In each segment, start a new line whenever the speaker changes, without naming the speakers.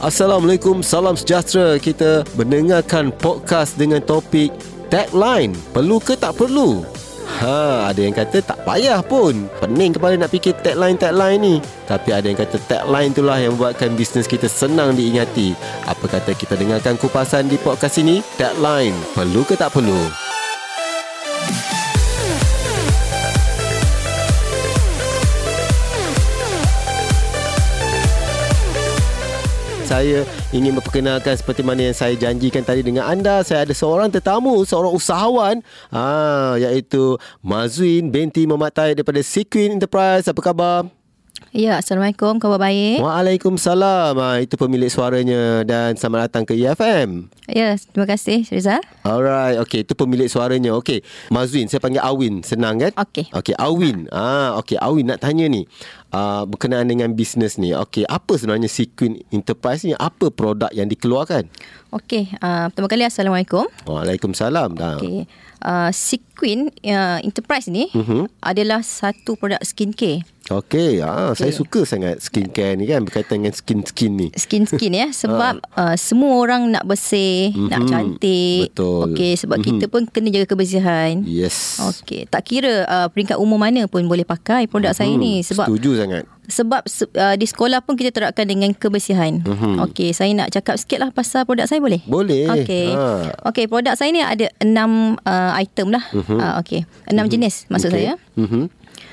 Assalamualaikum, salam sejahtera. Kita mendengarkan podcast dengan topik tagline, perlu ke tak perlu? Ha, ada yang kata tak payah pun. Pening kepala nak fikir tagline-tagline ni. Tapi ada yang kata tagline itulah yang buatkan bisnes kita senang diingati. Apa kata kita dengarkan kupasan di podcast ini? Tagline, perlu ke tak perlu? saya ingin memperkenalkan seperti mana yang saya janjikan tadi dengan anda. Saya ada seorang tetamu, seorang usahawan ah iaitu Mazuin binti Muhammad Tahir daripada Sequin Enterprise. Apa khabar?
Ya, Assalamualaikum. Khabar baik?
Waalaikumsalam. Ah, itu pemilik suaranya dan selamat datang ke EFM.
Ya, terima kasih Syriza.
Alright, okay. Itu pemilik suaranya. Okay. Mazuin, saya panggil Awin. Senang kan?
Okey.
Okay, Awin. Ah, okay, Awin nak tanya ni. Uh, berkenaan dengan bisnes ni. Okay, apa sebenarnya Sequin Enterprise ni? Apa produk yang dikeluarkan?
Okey, uh, pertama kali Assalamualaikum.
Waalaikumsalam. Dah. Okay.
Okey. Uh, Sequin uh, Enterprise ni
Mhm.
uh-huh. adalah satu produk skincare.
Okay, ah, okay. saya suka sangat skincare ni kan berkaitan dengan skin-skin ni.
Skin-skin ya sebab
Ah.
uh, semua orang nak bersih, mm-hmm. nak
Mhm.
cantik.
Betul. Mhm.
Okey, sebab mm-hmm. kita pun kena jaga kebersihan.
Yes.
Okey, tak kira uh, peringkat umur mana pun boleh pakai produk mm-hmm. saya ni sebab
Hmm, Mhm. Setuju sangat.
sebab se- uh, di sekolah pun kita terapkan dengan kebersihan.
Mhm.
Mm-hmm. Okey, saya nak cakap sikit lah pasal produk saya boleh?
Boleh.
Okey.
Ha.
Okey, produk saya ni ada enam uh, item lah. Uh-huh. Uh, Okey, enam uh-huh. jenis
Mhm.
maksud
Okey.
okay. saya.
Mhm.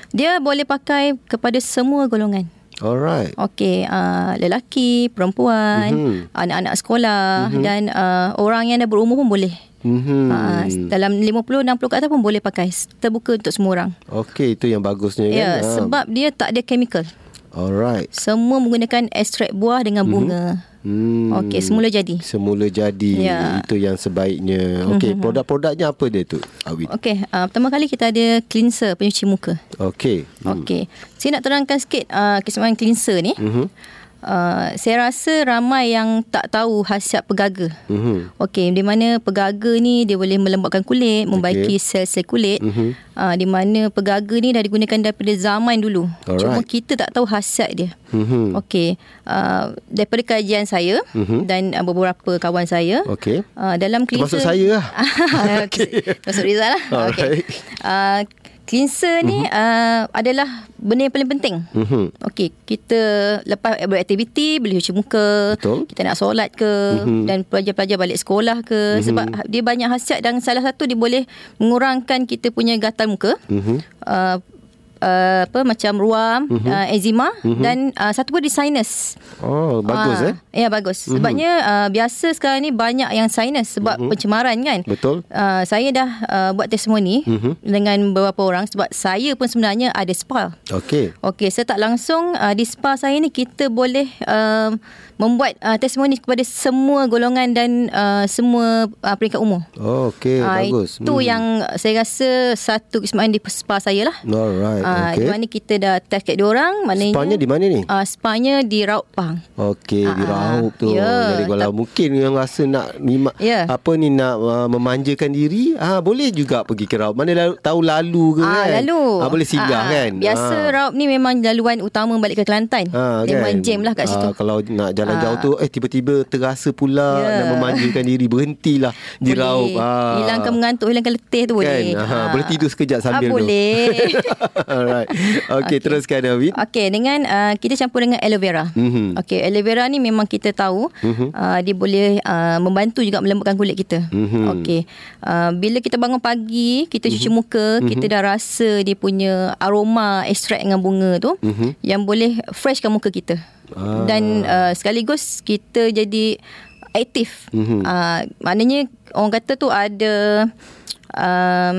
Dia boleh pakai kepada semua golongan.
Alright.
Okey, uh, lelaki, perempuan,
Mhm.
anak-anak sekolah dan uh, orang yang dah berumur pun boleh.
Mhm.
Uh, dalam 50 60 ke atas pun boleh pakai. Terbuka untuk semua orang.
Okey, itu yang bagusnya
Ya, yeah,
kan. Ah.
sebab dia tak ada chemical.
Alright.
Semua menggunakan ekstrak buah dengan bunga.
Hmm.
Okey, semula jadi.
Semula jadi.
Ya. Mm-hmm.
Itu yang sebaiknya. Okey, produk-produknya apa dia tu? Awin.
Okey, uh, pertama kali kita ada cleanser pencuci muka.
Okey.
Okey. Saya nak terangkan sikit uh, kesemuanya cleanser ni.
Mhm.
Uh, saya rasa ramai yang tak tahu khasiat pegaga.
Mhm.
Okey, di mana pegaga ni dia boleh melembapkan kulit, membaiki sel-sel kulit.
Mhm.
Uh, di mana pegaga ni dah digunakan daripada zaman dulu.
Alright.
Cuma kita tak tahu khasiat dia.
Mhm.
Okey, uh, daripada kajian saya dan uh, beberapa kawan saya,
Okey.
uh, dalam
Mhm.
cleanser
Termasuk saya lah.
Ah, okay. Termasuk Rizal lah
Alright.
okay. uh, Cleanser ni uh, adalah benda yang paling penting
Mhm.
Okey, kita lepas beraktiviti boleh cuci muka,
Betul. Mhm.
kita nak solat ke mm-hmm. dan pelajar-pelajar balik sekolah ke mm-hmm. sebab dia banyak khasiat dan salah satu dia boleh mengurangkan kita punya gatal muka.
Hmm.
Mm-hmm. Uh, Uh, apa macam ruam,
Mhm.
mm-hmm. uh, eczema mm-hmm. dan uh, satu pun di sinus.
Oh, bagus
Ah,
eh.
Ya bagus. Sebabnya uh, biasa sekarang ni banyak yang sinus sebab
Mhm.
pencemaran kan.
Betul.
Uh, saya dah uh, buat testimoni
Mhm.
dengan beberapa orang sebab saya pun sebenarnya ada spa.
Okey.
Okey, saya tak langsung uh, di spa saya ni kita boleh uh, membuat uh, testimoni kepada semua golongan dan uh, semua uh, peringkat umur.
Oh, okey,
Ah,
bagus. Hmm.
Itu yang saya rasa satu kesemaan di spa saya lah.
Alright,
Ah,
okey.
Di mana kita dah test kat diorang. Maknanya,
Spanya di mana ni?
Uh, spanya di Raut Pahang.
Okey,
Ah,
di Raub tu.
ya,
Jadi kalau mungkin yang rasa nak mima,
Ya.
apa ni nak uh, memanjakan diri, ah boleh juga pergi ke Raub. Mana lalu, tahu lalu ke
Ah,
kan?
lalu.
Ah boleh singgah
Ah,
kan?
Biasa
Ah.
Raub ni memang laluan utama balik ke Kelantan.
Ah, kan?
Memang jam lah kat situ.
Ah, kalau nak jalan jauh tu eh tiba-tiba terasa pula
Ya.
nak memanjakan diri berhentilah di
Boleh.
Raub. Ah.
Hilangkan mengantuk, hilangkan letih tu boleh.
Kan? Ah, boleh tidur sekejap sambil
ah,
tu.
Boleh.
Alright. Okey, okay. teruskan David.
Okey, dengan uh, kita campur dengan aloe vera.
Mhm.
Okey, aloe vera ni memang kita tahu mm-hmm. uh, dia boleh uh, membantu juga melembutkan kulit kita.
Mhm.
Okey. Uh, bila kita bangun pagi, kita cuci muka,
Mhm.
kita dah rasa dia punya aroma ekstrak dengan bunga tu mm-hmm. yang boleh freshkan muka kita.
Mhm. Ah.
Dan uh, sekaligus kita jadi aktif.
Mhm.
Mm-hmm. Uh, maknanya orang kata tu ada um,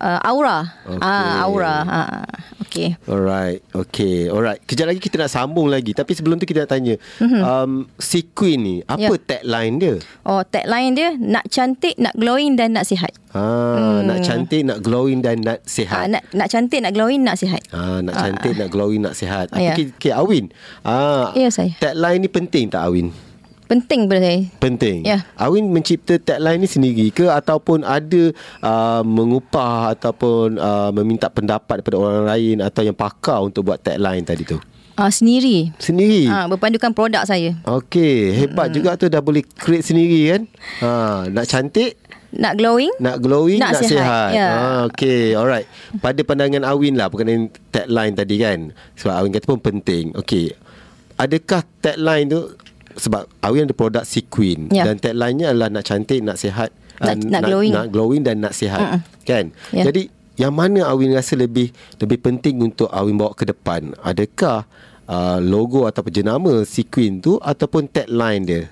uh, aura.
Okey.
Ah, aura. Ah, okey.
Alright, okay, alright. Kejap lagi kita nak sambung lagi. Tapi sebelum tu kita nak tanya,
Mhm.
mm-hmm. um, Sequin ni, apa
Ya.
yeah. tagline dia?
Oh, tagline dia nak cantik, nak glowing dan nak sihat. Hmm.
Ah, nak cantik, nak glowing dan nak
Ha,
sihat.
nak nak cantik, nak glowing, nak sihat.
Ah, nak cantik, nak glowing, nak sihat. Ah,
Ya.
yeah. okay, Awin. Ah,
Ya, saya.
Tagline ni penting tak Awin?
Penting pada saya.
Penting.
Ya.
Awin mencipta tagline ni sendiri ke ataupun ada uh, mengupah ataupun uh, meminta pendapat daripada orang lain atau yang pakar untuk buat tagline tadi tu?
uh, sendiri.
Sendiri.
Ah, berpandukan produk saya.
Okey, hebat juga tu dah boleh create sendiri kan. Ha, nak cantik,
Nak glowing?
nak glowing, nak,
Nak
sihat.
sihat, ya.
Ha, okey, alright. Pada pandangan Awin lah berkenaan tagline tadi kan. Sebab Awin kata pun penting. Okey. Adakah tagline tu sebab Awin ada produk si Queen
Ya.
dan tagline-nya adalah nak cantik, nak sihat, Ah,
Nak- nak glowing.
nak glowing dan nak sihat.
Mm-mm.
Kan?
Ya.
Jadi yang mana Awin rasa lebih lebih penting untuk Awin bawa ke depan? Adakah uh, logo ataupun jenama si Queen tu ataupun tagline dia?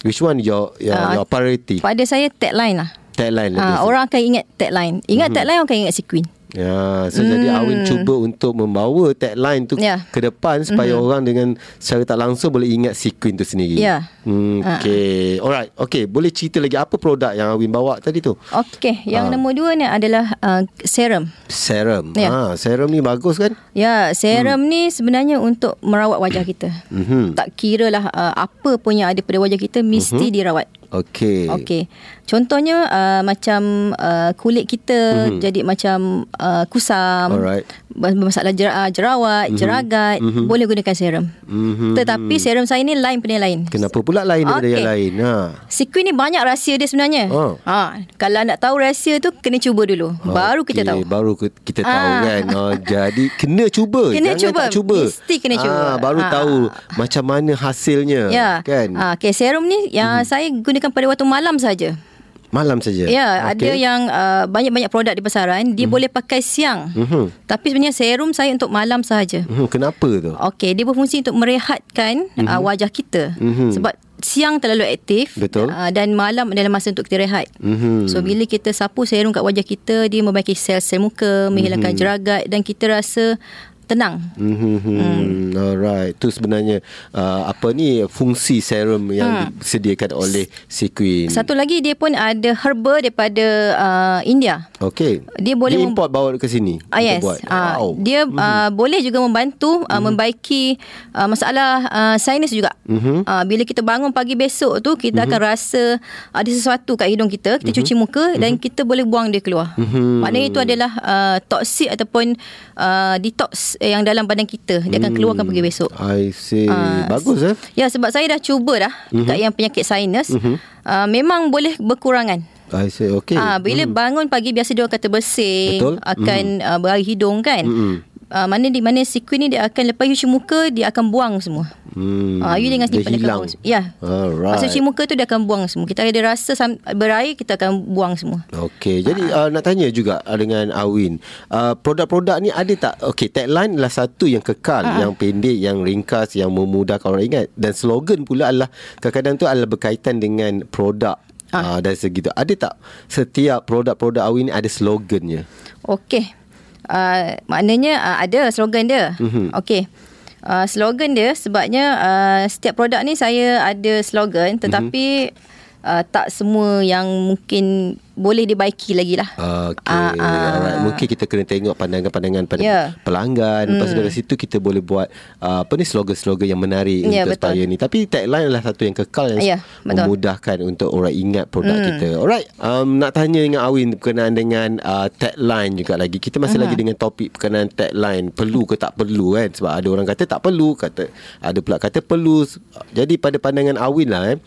Which one your your,
Ah,
your priority?
Pada saya tagline lah.
Tagline lah.
Ah,
dia.
orang akan ingat tagline.
Mhm.
Ingat tagline orang akan ingat si Queen.
Ya, so jadi Awin cuba untuk membawa tagline tu
Hmm. Ya.
ke depan supaya orang dengan secara tak langsung boleh ingat si Queen tu sendiri.
Ya.
Hmm, okay. Alright. Okay, boleh cerita lagi apa produk yang Awin bawa tadi tu?
Okey,
Ah.
yang nombor dua ni adalah uh, serum.
Serum.
Ya.
Ha, serum ni bagus kan?
Ya, serum ni sebenarnya untuk merawat wajah kita.
Hmm. Mhm.
Tak kira lah uh, apa pun yang ada pada wajah kita mesti dirawat.
Okay.
Okey. Contohnya uh, macam uh, kulit kita mm-hmm. jadi macam uh, kusam.
Mhm. Alright.
ber- Bermasalah jer, uh, jerawat, mm-hmm. jeragat, mm-hmm. boleh gunakan serum.
Mhm.
Tetapi serum saya ni lain punya lain.
Kenapa pula lain daripada
Okey.
yang lain? Ha.
Sequin ni banyak rahsia dia sebenarnya.
Oh.
Ha, kalau nak tahu rahsia tu kena cuba dulu. Baru kita
Okey,
tahu.
Baru ku- kita tahu
Ah.
kan oh, Jadi kena cuba
Kena
Jangan
cuba.
tak cuba
Mesti kena
Ah,
cuba.
Baru
Ah.
tahu Macam mana hasilnya
Ya.
Kan Mhm.
Ha, okay, serum ni yang saya gunakan pada waktu malam saja.
Malam saja
Ya,
Okey.
ada yang uh, banyak-banyak produk di pasaran, dia boleh pakai siang.
Mhm.
Tapi sebenarnya serum saya untuk malam sahaja.
Hmm, kenapa tu?
Okey, dia berfungsi untuk merehatkan mm-hmm. uh, wajah kita.
Mhm.
Mm-hmm. Sebab siang terlalu aktif
Betul.
Uh, dan malam adalah masa untuk kita rehat.
Mhm.
So bila kita sapu serum kat wajah kita, dia membaiki sel-sel muka,
Mhm.
menghilangkan mm-hmm. jeragat dan kita rasa tenang.
Hmm, alright. Itu sebenarnya uh, apa ni fungsi serum yang
Hmm.
disediakan oleh si Queen.
Satu lagi dia pun ada herba daripada uh, India.
Okey.
Dia boleh
dia
mem-
import bawa ke sini.
Ah,
untuk
yes.
Buat.
Ah,
wow. Mhm.
Dia mm-hmm. uh, boleh juga membantu uh, membaiki uh, masalah uh, sinus juga.
Mhm.
Mm-hmm. Uh, bila kita bangun pagi besok tu, kita mm-hmm. akan rasa ada sesuatu kat hidung
Mhm.
kita. Kita mm-hmm. cuci muka mm-hmm. dan kita boleh buang dia keluar. Mm-hmm. Maknanya itu adalah uh, toksik ataupun uh, detox yang dalam badan kita. Dia
Hmm.
akan keluarkan pagi besok.
I see.
Ah,
Bagus eh.
Ya, sebab saya dah cuba dah
Mhm.
mm-hmm. kat yang penyakit sinus. Mm-hmm. Uh, memang boleh berkurangan.
I see. Okey.
Ah, bila hmm. bangun pagi biasa dia orang kata bersih,
Eh, Betul. Hmm.
akan uh, berair hidung kan.
Mm-mm.
Uh, mana di mana sequin ni dia akan lepas you cuci muka dia akan buang semua.
Hmm.
Ah, you dengan
dia
sendiri pandai
hilang.
akan buang semua. Ya.
Alright.
Masa cuci muka tu dia akan buang semua. Kita ada rasa sam- berair kita akan buang semua.
Okey, jadi uh,
Ah.
nak tanya juga uh, dengan Awin, uh, produk-produk ni ada tak? Okey, tagline adalah satu yang kekal,
Ah.
yang pendek, yang ringkas, yang memudahkan orang ingat dan slogan pula adalah kadang-kadang tu adalah berkaitan dengan produk. Ah. Uh, dari segi tu Ada tak Setiap produk-produk Awin ni Ada slogannya
Okey. Uh, maknanya uh, ada slogan dia.
Hmm.
Mm-hmm. Okey. Uh, slogan dia sebabnya uh, setiap produk ni saya ada slogan
Hmm.
tetapi mm-hmm. uh, tak semua yang mungkin boleh dibaiki lagi lah.
Okey
Ah, ah.
Alright Mungkin kita kena tengok Pandangan-pandangan pada
Ya. Hmm.
pelanggan Lepas tu dari situ Kita boleh buat uh, Apa ni slogan-slogan yang menarik
Ya,
Untuk
betul.
supaya ni Tapi tagline adalah satu yang kekal Yang
Ya, betul.
memudahkan Untuk orang ingat produk hmm. kita Alright um, Nak tanya dengan Awin Berkenaan dengan uh, tagline juga lagi Kita
Hmm.
masih lagi dengan topik Berkenaan tagline Perlu ke tak perlu kan Sebab ada orang kata tak perlu kata Ada pula kata perlu Jadi pada pandangan Awin lah eh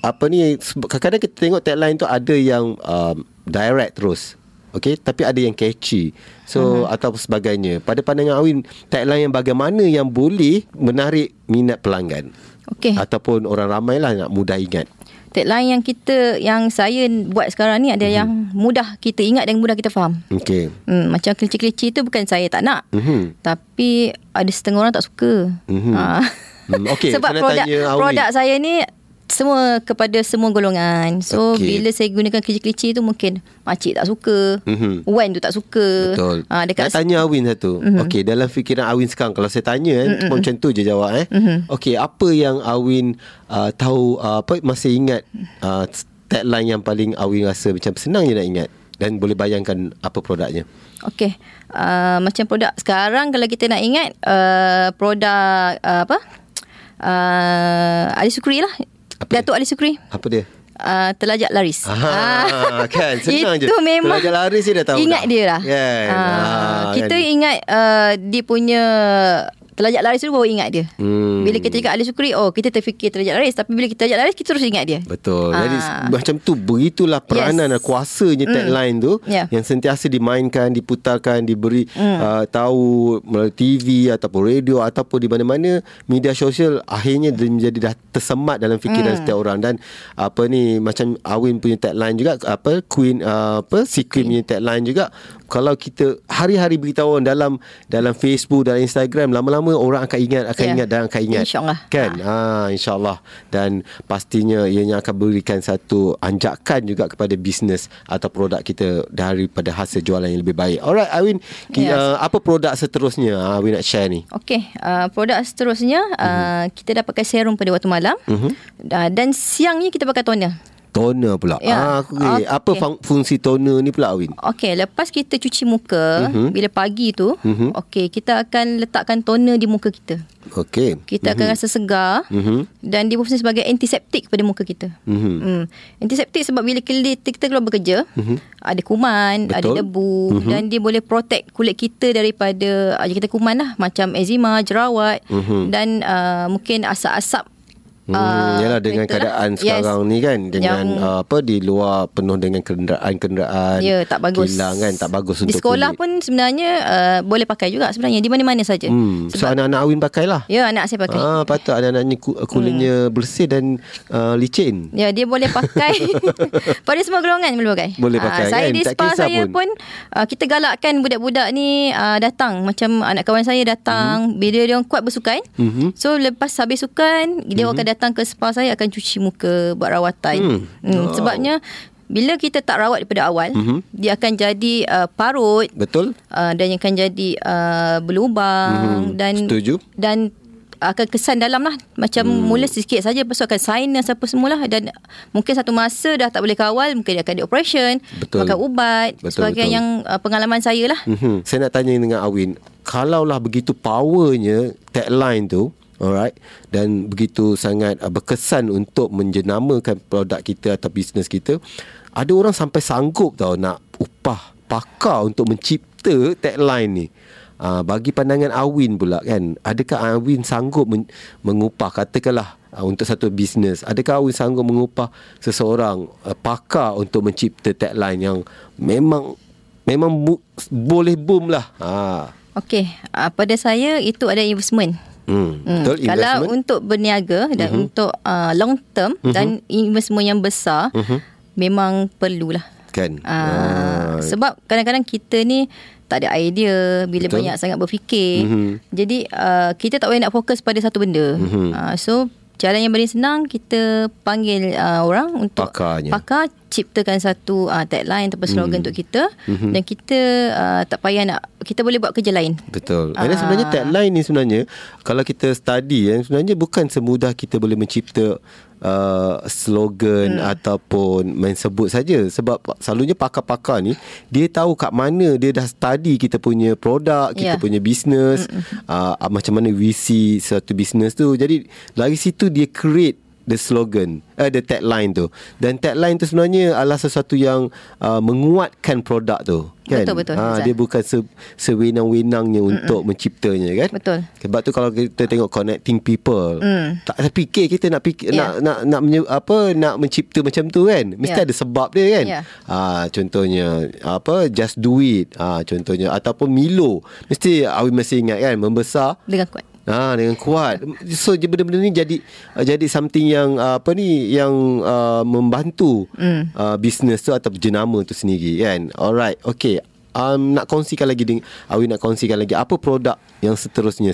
apa ni seb- kadang-kadang kita tengok tagline tu ada yang um, direct terus Okay Tapi ada yang catchy So
Hmm.
uh-huh. Atau sebagainya Pada pandangan Awin Tagline yang bagaimana Yang boleh Menarik minat pelanggan
Okey.
Ataupun orang ramai lah Nak mudah ingat
Tagline yang kita yang saya buat sekarang ni ada
Mhm.
mm-hmm. yang mudah kita ingat dan mudah kita faham.
Okay
Hmm, macam kelinci-kelinci tu bukan saya tak nak.
Mhm.
Tapi ada setengah orang tak suka.
Mhm.
Ha.
Hmm, okey,
Sebab
saya nak
produk
tanya Awi.
produk saya ni semua kepada semua golongan. So
Okey.
bila saya gunakan kelinci-kelinci tu mungkin makcik tak suka,
Mhm.
wan tu tak suka.
Betul
Ha,
Nak
dekat Mhm.
tanya Awin satu mm-hmm. Okey dalam fikiran Awin sekarang Kalau saya tanya kan mm-hmm. Macam tu je jawab eh
Mhm.
mm-hmm. Okey apa yang Awin uh, Tahu uh, apa Masih ingat uh, Tagline yang paling Awin rasa Macam senang je nak ingat Dan boleh bayangkan Apa produknya
Okey. Uh, macam produk sekarang kalau kita nak ingat uh, produk uh, apa? Uh, Ali Sukri lah.
Apa dia?
Datuk Ali Sukri.
Apa dia
Uh, telajak laris.
Ah, kan senang je.
Itu memang
Telajak laris dia dah tahu
Ingat
dah.
dia lah.
Kan?
Ah,
Ah,
kita
kan?
ingat uh, dia punya terlajak laris tu baru ingat dia.
Hmm.
Bila kita cakap ahli sukri, oh kita terfikir terlajak laris. Tapi bila kita terlajak laris, kita terus ingat dia.
Betul. Jadi
Ah.
macam tu begitulah peranan yes.
Yes.
kuasanya mm. tagline tu
Ya.
yang sentiasa dimainkan, diputarkan, diberi mm. uh, tahu melalui TV ataupun radio ataupun di mana-mana media sosial akhirnya dia menjadi dah tersemat dalam fikiran mm. setiap orang dan apa ni macam Awin punya tagline juga apa Queen uh, apa si Queen punya tagline juga kalau kita hari-hari beritahu orang dalam dalam Facebook dalam Instagram lama-lama orang akan ingat akan
Ya.
ingat dan akan ingat
InsyaAllah.
kan ha. insyaallah dan pastinya ianya akan berikan satu anjakan juga kepada bisnes atau produk kita daripada hasil jualan yang lebih baik alright Awin ki,
Yes.
uh, apa produk seterusnya uh, Awin nak share ni
Okey, uh, produk seterusnya uh, kita dapatkan serum pada waktu malam uh-huh. uh, dan siangnya kita pakai toner.
toner pula
Ya.
ah aku okay.
Okey.
apa fung- fungsi toner ni pula Awin
Okey, lepas kita cuci muka uh-huh. bila pagi tu, uh-huh. okey kita akan letakkan toner di muka kita.
okey
Kita akan rasa segar
Mhm.
dan dia berfungsi sebagai antiseptik pada muka kita.
Mhm.
Mm. Antiseptik sebab bila kita, kita keluar bekerja, ada kuman, ada
Betul. Mhm.
debu dan dia boleh protect kulit kita daripada ah, kita kuman lah macam eczema, jerawat dan uh, mungkin asap-asap
Mhm.
ah, lah.
Hmm, yalah dengan keadaan sekarang ni kan dengan
Yang-
uh, apa di luar penuh dengan kenderaan-kenderaan.
Ya tak bagus
Kilang kan tak bagus untuk
Di sekolah
kulit.
pun sebenarnya uh, Boleh pakai juga sebenarnya Di mana-mana saja
Hmm, so anak-anak Awin pakailah.
Ya anak saya pakai
Ah, patut anak-anaknya ku- kulitnya hmm. bersih dan uh, licin.
Ya dia boleh pakai Pada semua golongan boleh pakai
Boleh
Ah,
pakai,
Saya
kan?
di
Tak
spa
kisah
saya
pun.
pun, ah, Kita galakkan budak-budak ni ah, Datang Macam anak kawan saya datang Bila dia orang kuat bersukan
Mhm.
So lepas habis sukan Dia akan datang ke spa saya Akan cuci muka Buat rawatan
Hmm.
Hmm, Sebabnya Bila kita tak rawat daripada awal
Mhm.
Dia akan jadi ah, parut
Betul?
uh, dan akan jadi uh, berlubang
Mhm,
mm-hmm. dan
setuju.
dan akan kesan dalam lah macam hmm. mula sikit saja lepas tu akan sinus apa semualah dan mungkin satu masa dah tak boleh kawal mungkin dia akan di operation
Betul.
makan ubat
Betul,
sebagai
betul.
yang uh, pengalaman saya lah
Mm-hmm. Saya nak tanya dengan Awin, kalaulah begitu powernya tagline tu, alright, dan begitu sangat uh, berkesan untuk menjenamakan produk kita atau bisnes kita, ada orang sampai sanggup tau nak upah pakar untuk mencipta tagline ni. Uh, bagi pandangan Awin pula kan, adakah Awin sanggup men- mengupah katakanlah uh, untuk satu bisnes, adakah Awin sanggup mengupah seseorang uh, pakar untuk mencipta tagline yang memang Memang bu- boleh boom lah. Ha.
okey uh, pada saya itu ada investment
Hmm.
Hmm.
Betul
Kalau
investment. Mhm.
untuk berniaga dan uh-huh. untuk uh, long term uh-huh. dan investment yang besar
Mhm.
uh-huh. memang perlulah
kan.
Ah, sebab kadang-kadang kita ni tak ada idea bila
Betul.
Betul. banyak sangat berfikir.
Mhm.
Jadi uh, kita tak boleh nak fokus pada satu benda.
Mhm.
Uh, so jalan yang paling senang kita panggil uh, orang untuk
Pakarnya. Mhm.
pakar ciptakan satu uh, tagline ataupun slogan untuk kita dan kita uh, tak payah nak kita boleh buat kerja lain.
Betul. Ah. sebenarnya tagline ni sebenarnya kalau kita study eh, sebenarnya bukan semudah kita boleh mencipta uh, slogan hmm. ataupun main sebut saja sebab selalunya pakar-pakar ni dia tahu kat mana dia dah study kita punya produk, kita
Ya.
punya bisnes, uh, macam mana visi satu bisnes tu. Jadi dari situ dia create the slogan uh, the tagline tu dan tagline tu sebenarnya adalah sesuatu yang uh, menguatkan produk tu kan
Betul, betul,
Ah,
Hazan.
dia bukan se, sewenang-wenangnya untuk menciptanya kan
Betul.
sebab tu kalau kita tengok connecting people mm. tak ada fikir kita nak fikir yeah. nak
Yeah.
nak nak menye, apa nak mencipta macam tu kan mesti yeah.
Yeah.
ada sebab dia kan
Yeah.
ah contohnya apa just do it ah contohnya ataupun Milo mesti awi masih ingat kan membesar
Dengan kuat.
Ah dengan kuat. So je- benda-benda ni jadi uh, jadi something yang uh, apa ni yang uh, membantu mm.
Hmm.
uh, bisnes tu atau jenama tu sendiri kan. Alright. Okay. Um, nak kongsikan lagi dengan Awi nak kongsikan lagi apa produk yang seterusnya.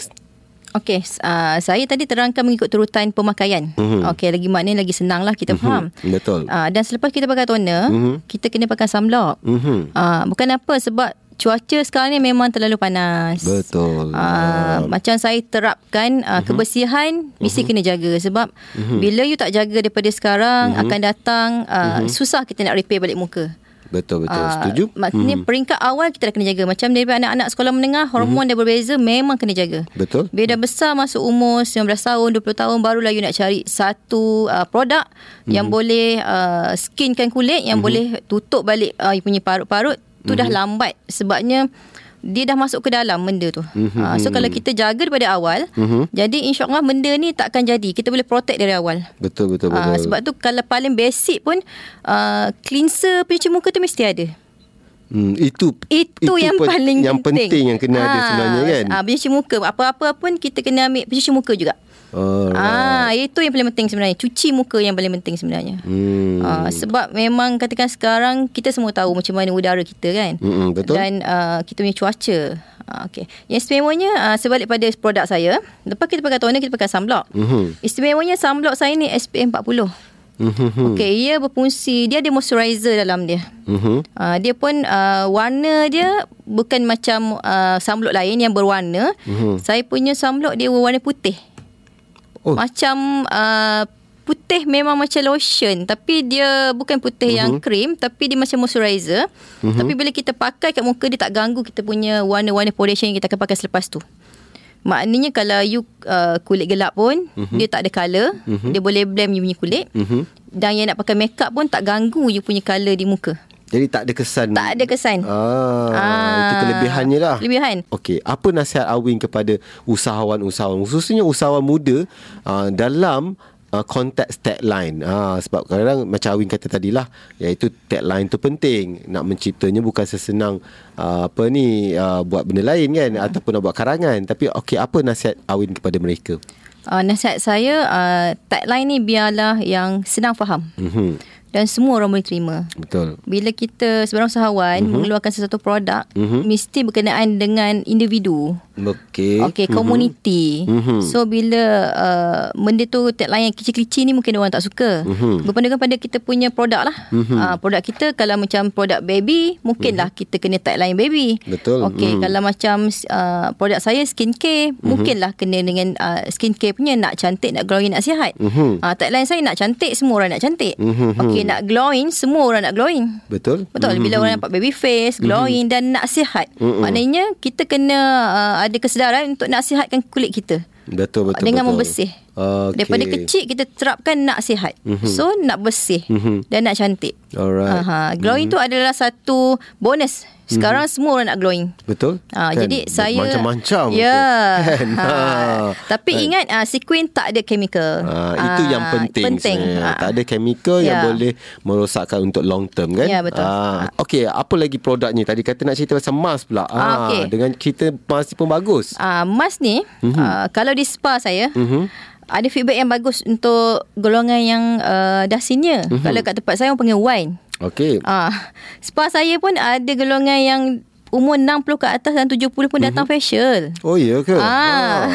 Okey, uh, saya tadi terangkan mengikut turutan pemakaian. Mm-hmm. Okey, lagi maknanya lagi senang lah kita mm-hmm. faham.
Mhm. Betul.
Uh, dan selepas kita pakai toner, mm-hmm. kita kena pakai sunblock.
Mhm.
Uh, bukan apa sebab cuaca sekarang ni memang terlalu panas.
Betul. Mhm.
Uh, macam saya terapkan uh, kebersihan mesti kena jaga sebab bila you tak jaga daripada
Mhm.
sekarang akan datang uh, susah kita nak repair balik muka.
Betul betul.
Ah,
Setuju? Hmm.
Maknanya peringkat awal kita dah kena jaga. Macam daripada anak-anak sekolah menengah, hormon
Mhm.
dah berbeza, memang kena jaga.
Betul.
Bila dah besar masuk umur 19 tahun, 20 tahun, barulah you nak cari satu uh, produk yang boleh uh, skinkan kulit, yang boleh tutup balik uh, you punya parut-parut. Tu dah lambat sebabnya dia dah masuk ke dalam benda tu. Mm-hmm. Uh, so kalau kita jaga daripada awal, mm-hmm. jadi insya-Allah benda ni takkan jadi. Kita boleh protect dari awal.
Betul betul betul.
Uh, sebab tu kalau paling basic pun uh, cleanser pencuci muka tu mesti ada.
Hmm, itu,
Itu yang
pun-
paling
yang penting.
penting.
yang kena ada sebenarnya kan.
Ah, pencuci muka apa-apa pun kita kena ambil pencuci muka juga.
Alright.
Ah, itu yang paling penting sebenarnya. Cuci muka yang paling penting sebenarnya.
Hmm.
Uh, sebab memang katakan sekarang kita semua tahu macam mana udara kita kan.
Mm-mm, Hmm, betul.
Dan uh, kita punya cuaca. Uh, okay. Yang istimewanya uh, sebalik pada produk saya, lepas kita pakai toner kita pakai sunblock.
Mhm.
Istimewanya sunblock saya ni SPF 40.
Mhm.
Okay, ia berfungsi, dia ada moisturizer dalam dia.
Mhm.
Uh, dia pun uh, warna dia bukan macam uh, sunblock lain yang berwarna. Mm-hmm. Saya punya sunblock dia warna putih.
Oh.
Oh. Macam uh, putih memang macam lotion tapi dia bukan putih yang krim tapi dia macam moisturizer. Tapi bila kita pakai kat muka dia tak ganggu kita punya warna-warna foundation yang kita akan pakai selepas tu. Maknanya kalau you uh, kulit gelap pun dia tak ada colour, dia boleh blend you punya kulit.
Mhm.
Dan yang nak pakai makeup pun tak ganggu you punya colour di muka.
Jadi tak ada kesan.
Tak ada kesan.
Ah, itu kelebihannya lah.
Kelebihan.
Okey, apa nasihat Awin kepada usahawan-usahawan khususnya usahawan muda uh, dalam uh, konteks tagline. Uh, sebab kadang macam Awin kata tadilah iaitu tagline tu penting. Nak menciptanya bukan sesenang uh, apa ni uh, buat benda lain kan
Hmm.
ataupun nak buat karangan. Tapi okey, apa nasihat Awin kepada mereka?
Uh, nasihat saya, uh, tagline ni biarlah yang senang faham.
Mhm.
Dan semua orang boleh terima.
Betul.
Bila kita seorang
Mhm.
usahawan mm-hmm. mengeluarkan sesuatu produk, mm-hmm. mesti berkenaan dengan individu.
Okey.
Okay, community.
Mhm.
Mm-hmm. So bila uh, benda tu tagline yang kecil-kecil ni mungkin orang tak suka. Mm-hmm.
Mhm.
Berpandangan pada kita punya produk lah. Mm-hmm. Uh, produk kita kalau macam produk baby, mungkinlah mm-hmm. kita kena tagline baby.
Mhm. Betul.
Okay,
Mhm.
mm-hmm. kalau macam uh, produk saya skincare, mm-hmm. mungkinlah kena dengan uh, skincare punya nak cantik, nak glowing, nak sihat.
Mhm.
Mm-hmm. Uh, tagline saya nak cantik, semua orang nak cantik.
Mhm.
Mm-hmm. Okay, nak glowing, semua orang nak glowing.
Betul?
Betul mm-hmm. bila orang nampak baby face, glowing mm-hmm. dan nak sihat.
Mm-mm.
Mm-hmm. Maknanya kita kena uh, ada kesedaran untuk nak sihatkan kulit kita
Hmm, Betul betul.
dengan
betul.
membersih.
Okey.
Daripada kecil kita terapkan nak sihat. Mm-hmm. So nak bersih
Mhm.
mm-hmm. dan nak cantik.
Alright.
Aha, glowing mm-hmm. tu adalah satu bonus. Sekarang mm-hmm. semua orang nak glowing.
Betul?
Ah,
Kan?
jadi saya
Macam-macam
Ya.
Kan?
Ha.
Ah.
Tapi ingat ah sequin tak ada chemical.
Ah, itu
Ah,
yang penting,
penting.
sebenarnya.
Ah.
Tak ada chemikal yang
Ya.
boleh merosakkan untuk long term kan
Ya, betul.
ah. Okey apa lagi produknya Tadi kata nak cerita pasal mask pula
Ah, okey.
Dengan cerita mask pun bagus
Uh, mas ni mm-hmm. uh, kalau di spa saya mm-hmm. ada feedback yang bagus untuk golongan yang uh, dah senior. Mm-hmm. Kalau kat tempat saya orang panggil wine.
Okey
Ah, spa saya pun ada golongan yang umur 60 ke atas dan 70 pun datang facial.
Oh ya ke
Ah,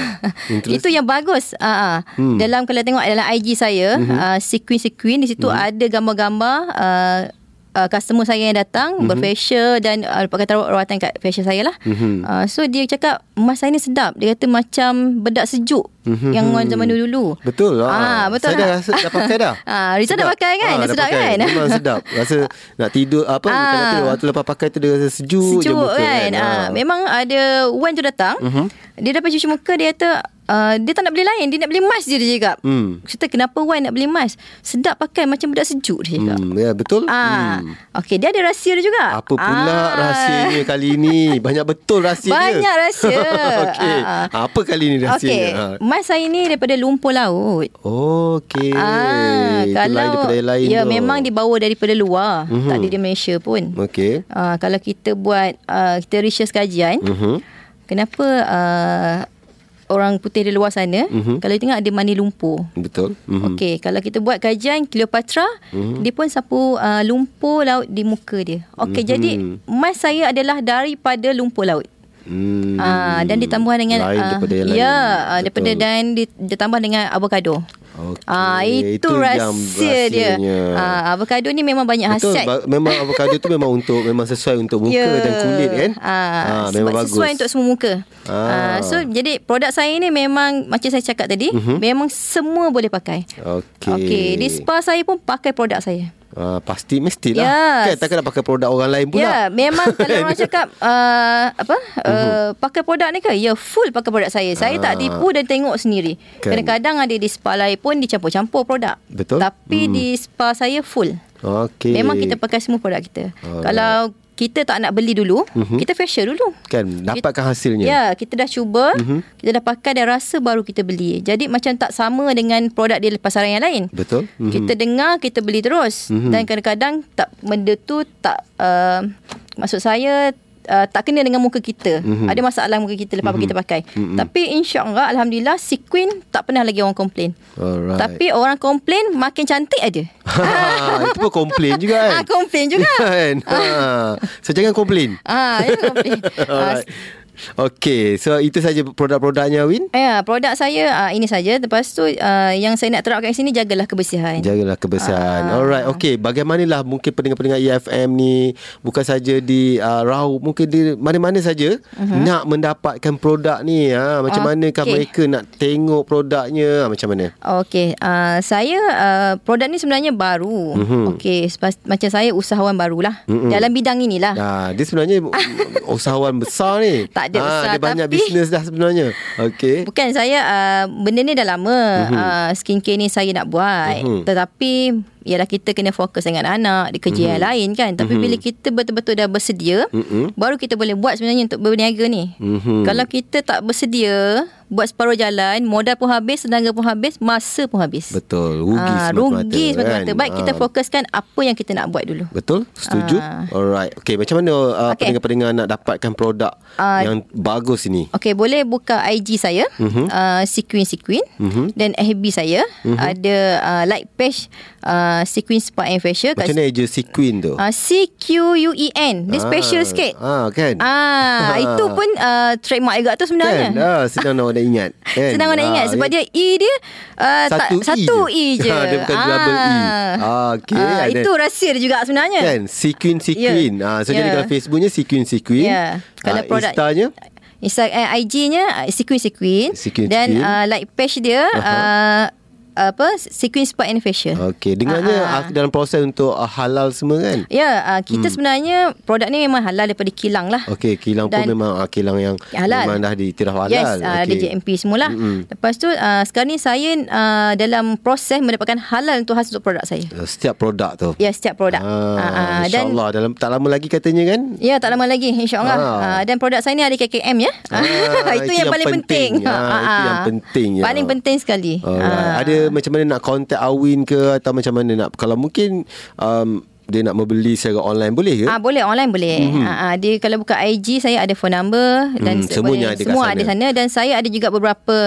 Interest. Hmm.
itu yang bagus. Ah, ah. dalam kalau tengok dalam IG saya,
Mhm.
ah, sequin-sequin di situ ada gambar-gambar ah, ah, customer saya yang datang
Mhm.
berfacial dan uh, pakai taruh rawatan kat facial saya lah.
Mhm.
Ah, so dia cakap mas saya ni sedap. Dia kata macam bedak sejuk yang orang zaman dulu-dulu.
Mhm. Betul lah
Ah, betul
Saya dah
tak?
rasa dah pakai dah
Ah, Rizal dah
Sedap.
pakai kan?
ah,
Dah sedap
pakai.
kan?
Memang sedap Rasa nak tidur Apa ah. Kalau
Ah.
tidur Waktu lepas pakai tu Dia rasa sejuk, je
sejuk
muka
kan. kan?
Ah. Mhm.
Ha, memang ada Wan tu datang. Uh-huh. Dia dapat cuci muka dia kata uh, dia tak nak beli lain, dia nak beli mask je dia cakap.
Hmm.
Cerita kenapa Wan nak beli mask? Sedap pakai macam budak sejuk dia cakap.
Hmm, ya betul.
Ah,
Hmm.
okey dia ada rahsia dia juga.
Apa pula
Ah.
rahsianya kali ni? Banyak betul rahsia dia.
Banyak rahsia.
Okey.
Ya. Ah,
Apa kali ni rahsianya?
Okey,
Ha.
mask saya ni daripada lumpur laut.
Okey. Itu lain daripada yang lain
Ah, ya
tu. Mhm.
memang dibawa daripada luar, mm-hmm. tak ada di Malaysia pun.
Okey.
Uh, kalau kita buat uh, kita research kajian,
Mhm.
kenapa uh, orang putih di luar sana
Mhm.
mm-hmm. kalau you tengok ada mani lumpur.
Betul. Mhm.
Mm-hmm. Okey, kalau kita buat kajian Cleopatra,
Hmm.
mm-hmm. dia pun sapu uh, lumpur laut di muka dia. Okey, mm-hmm. jadi mas saya adalah daripada lumpur laut.
Hmm.
Ah dan ditambah dengan
lain daripada yang
ya
lain.
ah, daripada
Betul.
dan di- ditambah dengan avocado.
Okey,
Ah itu,
Eh, itu yang
rahsia dia.
rahsianya.
Ah avocado ni memang banyak
Betul
khasiat.
ba- memang avocado tu memang untuk memang sesuai untuk muka
Ya.
dan kulit kan?
Ah,
Ah,
sebab
memang bagus.
sesuai untuk semua muka.
Ah.
Ah. so jadi produk saya ni memang macam saya cakap tadi,
Mhm.
memang semua boleh pakai.
Okey.
Okey, di spa saya pun pakai produk saya.
Ah, pasti mestilah.
Yes.
Kan takkan nak pakai produk orang lain pula.
Ya, memang kalau orang cakap uh, apa uh, pakai produk ni ke? Ya, full pakai produk saya.
Mhm.
Saya
Ah.
tak tipu dan tengok sendiri.
Kan.
Kadang-kadang ada di spa lain pun dicampur-campur produk.
Betul. Hmm.
Tapi di spa saya full.
Okey.
Memang kita pakai semua produk kita.
Alright. Mhm.
Kalau kita tak nak beli dulu, mm-hmm. kita facial dulu.
Kan dapatkan hasilnya.
Ya, kita dah cuba, mm-hmm.
Mhm.
kita dah pakai dan rasa baru kita beli. Jadi macam tak sama dengan produk di pasaran yang lain.
Betul. Mhm.
Mm-hmm. Kita dengar, kita beli terus mm-hmm. dan kadang-kadang tak benda tu tak uh, maksud saya Uh, tak kena dengan muka kita. Mm-hmm. Ada masalah muka kita lepas mm-hmm. kita pakai. Mm-hmm. Tapi insya-Allah alhamdulillah sequin tak pernah lagi orang komplain.
Alright.
Tapi orang komplain makin cantik aja.
Ha, itu pun komplain juga kan.
Ah komplain juga.
kan? Ha. So jangan komplain.
Ah ya komplain. Ah,
Alright. Okay, so itu saja produk-produknya Win.
Ya, produk saya uh, ini saja. Lepas tu uh, yang saya nak terapkan kat sini jagalah kebersihan.
Jagalah kebersihan.
Ah.
Alright, okay. Bagaimanalah mungkin pendengar-pendengar EFM ni bukan saja di uh, Rau, mungkin di mana-mana saja uh-huh. nak mendapatkan produk ni. Ha, macam
Mhm. Ah,
manakah
okey.
mereka nak tengok produknya? Ha, macam mana?
Okey, uh, saya uh, produk ni sebenarnya baru.
Mhm.
Okey, sepas- macam saya usahawan barulah
Mhm.
dalam bidang inilah.
Ha, dia sebenarnya usahawan besar ni.
Ah. Tak ada
Ah,
besar,
Dia banyak
tapi-
bisnes dah sebenarnya. Okay.
Bukan saya uh, benda ni dah lama uh, skincare ni saya nak buat.
Mhm.
Tetapi ialah kita kena fokus dengan anak, dia kerja
Mhm.
yang lain kan. Tapi bila kita betul-betul dah bersedia,
Mm-mm.
baru kita boleh buat sebenarnya untuk berniaga ni.
Mhm.
Kalau kita tak bersedia, buat separuh jalan, modal pun habis, tenaga pun habis, masa pun habis.
Betul. Rugi
Ah,
semata-mata.
rugi semata-mata.
kan?
Baik kita
Ah.
fokuskan apa yang kita nak buat dulu.
Betul? Setuju?
Ah.
Alright. Okay, macam mana uh,
Okey.
pendengar-pendengar nak dapatkan produk
Ah.
yang bagus ini?
Okey, boleh buka IG saya,
Mhm.
uh-huh. uh, Sequin Sequin. Uh-huh. Dan FB saya, uh-huh. ada uh, like page uh, Sequin Spa and Facial.
Macam mana Ah. je si Queen tu?
Uh, C-Q-U-E-N. E Dia special sikit.
Ah, kan?
Ah, itu pun uh, trademark juga tu
Kan?
sebenarnya.
Ah, sedang nak nak ingat. Kan?
Senang nak
Ah,
ingat sebab
kan?
dia E dia uh,
satu
tak, satu E je.
Ah, dia bukan double E. Ah, okey.
Ah,
Ada-
itu rahsia dia juga sebenarnya.
Kan? Si Queen, si
Ya.
Queen. Ah, so, jadi
Ya.
kalau Facebooknya si Queen, si Queen.
Ya. Kalau
Ah,
produk-
Instanya?
Insta eh, IG-nya Sequin Sequin
Sequin
dan
Sequin.
uh, like page dia uh, apa Sequin Spot and Facial.
Okey, dengarnya
Ah,
ah, dalam proses untuk ah, halal semua kan?
Ya, uh, kita hmm. sebenarnya produk ni memang halal daripada kilang lah.
Okey, kilang pun
Dan-
memang ah, kilang yang
Halal.
memang dah diiktiraf halal.
Yes, uh, ada
Okey.
GMP semula. Mm-hmm. Lepas tu uh, sekarang ni saya uh, dalam proses mendapatkan halal untuk khas untuk produk saya.
Uh, Setiap produk tu.
Ya, setiap produk. Ah, ah,
Ah, InsyaAllah dalam tak lama lagi katanya kan
Ya, tak lama lagi insya-Allah.
Ah.
Ah. dan produk saya ni ada KKM ya.
Ah,
itu, yang, paling penting.
Ah, itu yang penting, ya.
Paling penting sekali. Ah.
Alright. Ada macam mana nak contact Awin ke atau macam mana nak kalau mungkin um, dia nak membeli secara online boleh ke?
Ah boleh online boleh.
Mhm.
Mm-hmm. Ah, ah dia kalau buka IG saya ada phone number dan
Hmm, semuanya ada
boleh,
kat
semua
sana.
ada sana dan saya ada juga beberapa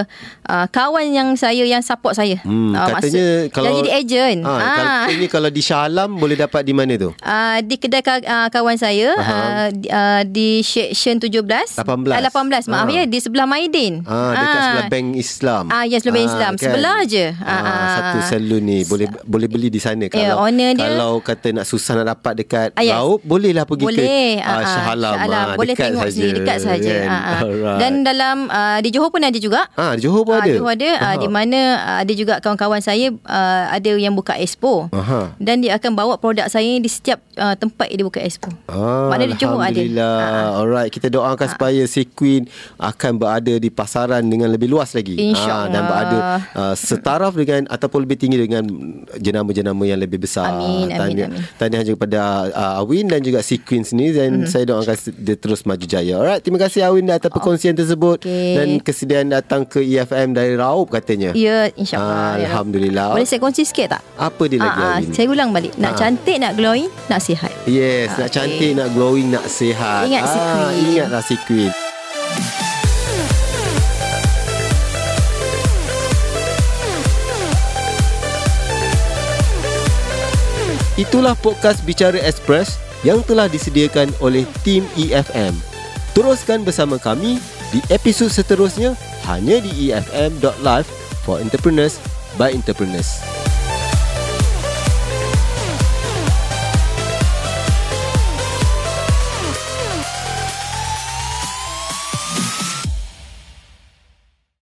ah, kawan yang saya yang support saya.
Hmm,
Ah,
katanya
maksud-
kalau
yang jadi agent.
Ah,
Ah.
Katanya kalau di Shah Alam boleh dapat di mana tu?
Uh, di kedai ka- uh, kawan saya
Faham.
uh, di, uh, di section 17
18.
Ah, 18 maaf
Ah.
ya di sebelah Maidin
Ah, dekat sebelah Bank Islam.
Ah, ya, sebelah Bank Islam. Sebelah je.
Ah,
Ah, ah.
satu salon ni boleh boleh beli di sana kalau
Ya, owner dia-
kalau kata nak susah nak dapat dekat
Ah, yes.
laut bolehlah pergi
boleh
ke ah, Shah Alam.
Shah Alam.
Ah,
boleh
dekat
tengok
saja.
sendiri dekat saja
Kan?
Ah, ah.
Alright.
dan dalam uh, di Johor pun ada juga
ah, di Johor pun
Ah,
ada.
Johor ada ah, di mana ah, ada juga kawan-kawan saya ah, ada yang buka expo
Aha.
dan dia akan bawa produk saya ni di setiap ah, tempat dia buka expo
Ah,
Maknanya di Johor ada. Ah,
Alhamdulillah. Alright, kita doakan supaya si Queen akan berada di pasaran dengan lebih luas lagi. Ah,
InsyaAllah.
dan berada uh, setaraf dengan ataupun lebih tinggi dengan jenama-jenama yang lebih besar.
Amin, amin,
Tahniah-
amin. Mhm.
Tahniah juga kepada uh, Awin dan juga si Queen sendiri dan saya doakan se- dia terus maju jaya. Alright, terima kasih Awin atas perkongsian tersebut
Oh, Okey.
dan kesediaan datang ke EFM dari Raub katanya.
ya
Ah,
insyaallah
Alhamdulillah.
boleh saya kongsi sikit tak
Apa dia lagi
Ah, ah,
Awin?
saya ulang balik nak cantik nak glowing nak sihat
Yes, nak
Okey.
cantik, nak glowing, nak sihat.
Ingat si Queen.
Ingatlah si Queen. Itulah podcast Bicara Express yang telah disediakan oleh tim EFM. Teruskan bersama kami di E episod seterusnya hanya di efm.live for entrepreneurs by entrepreneurs.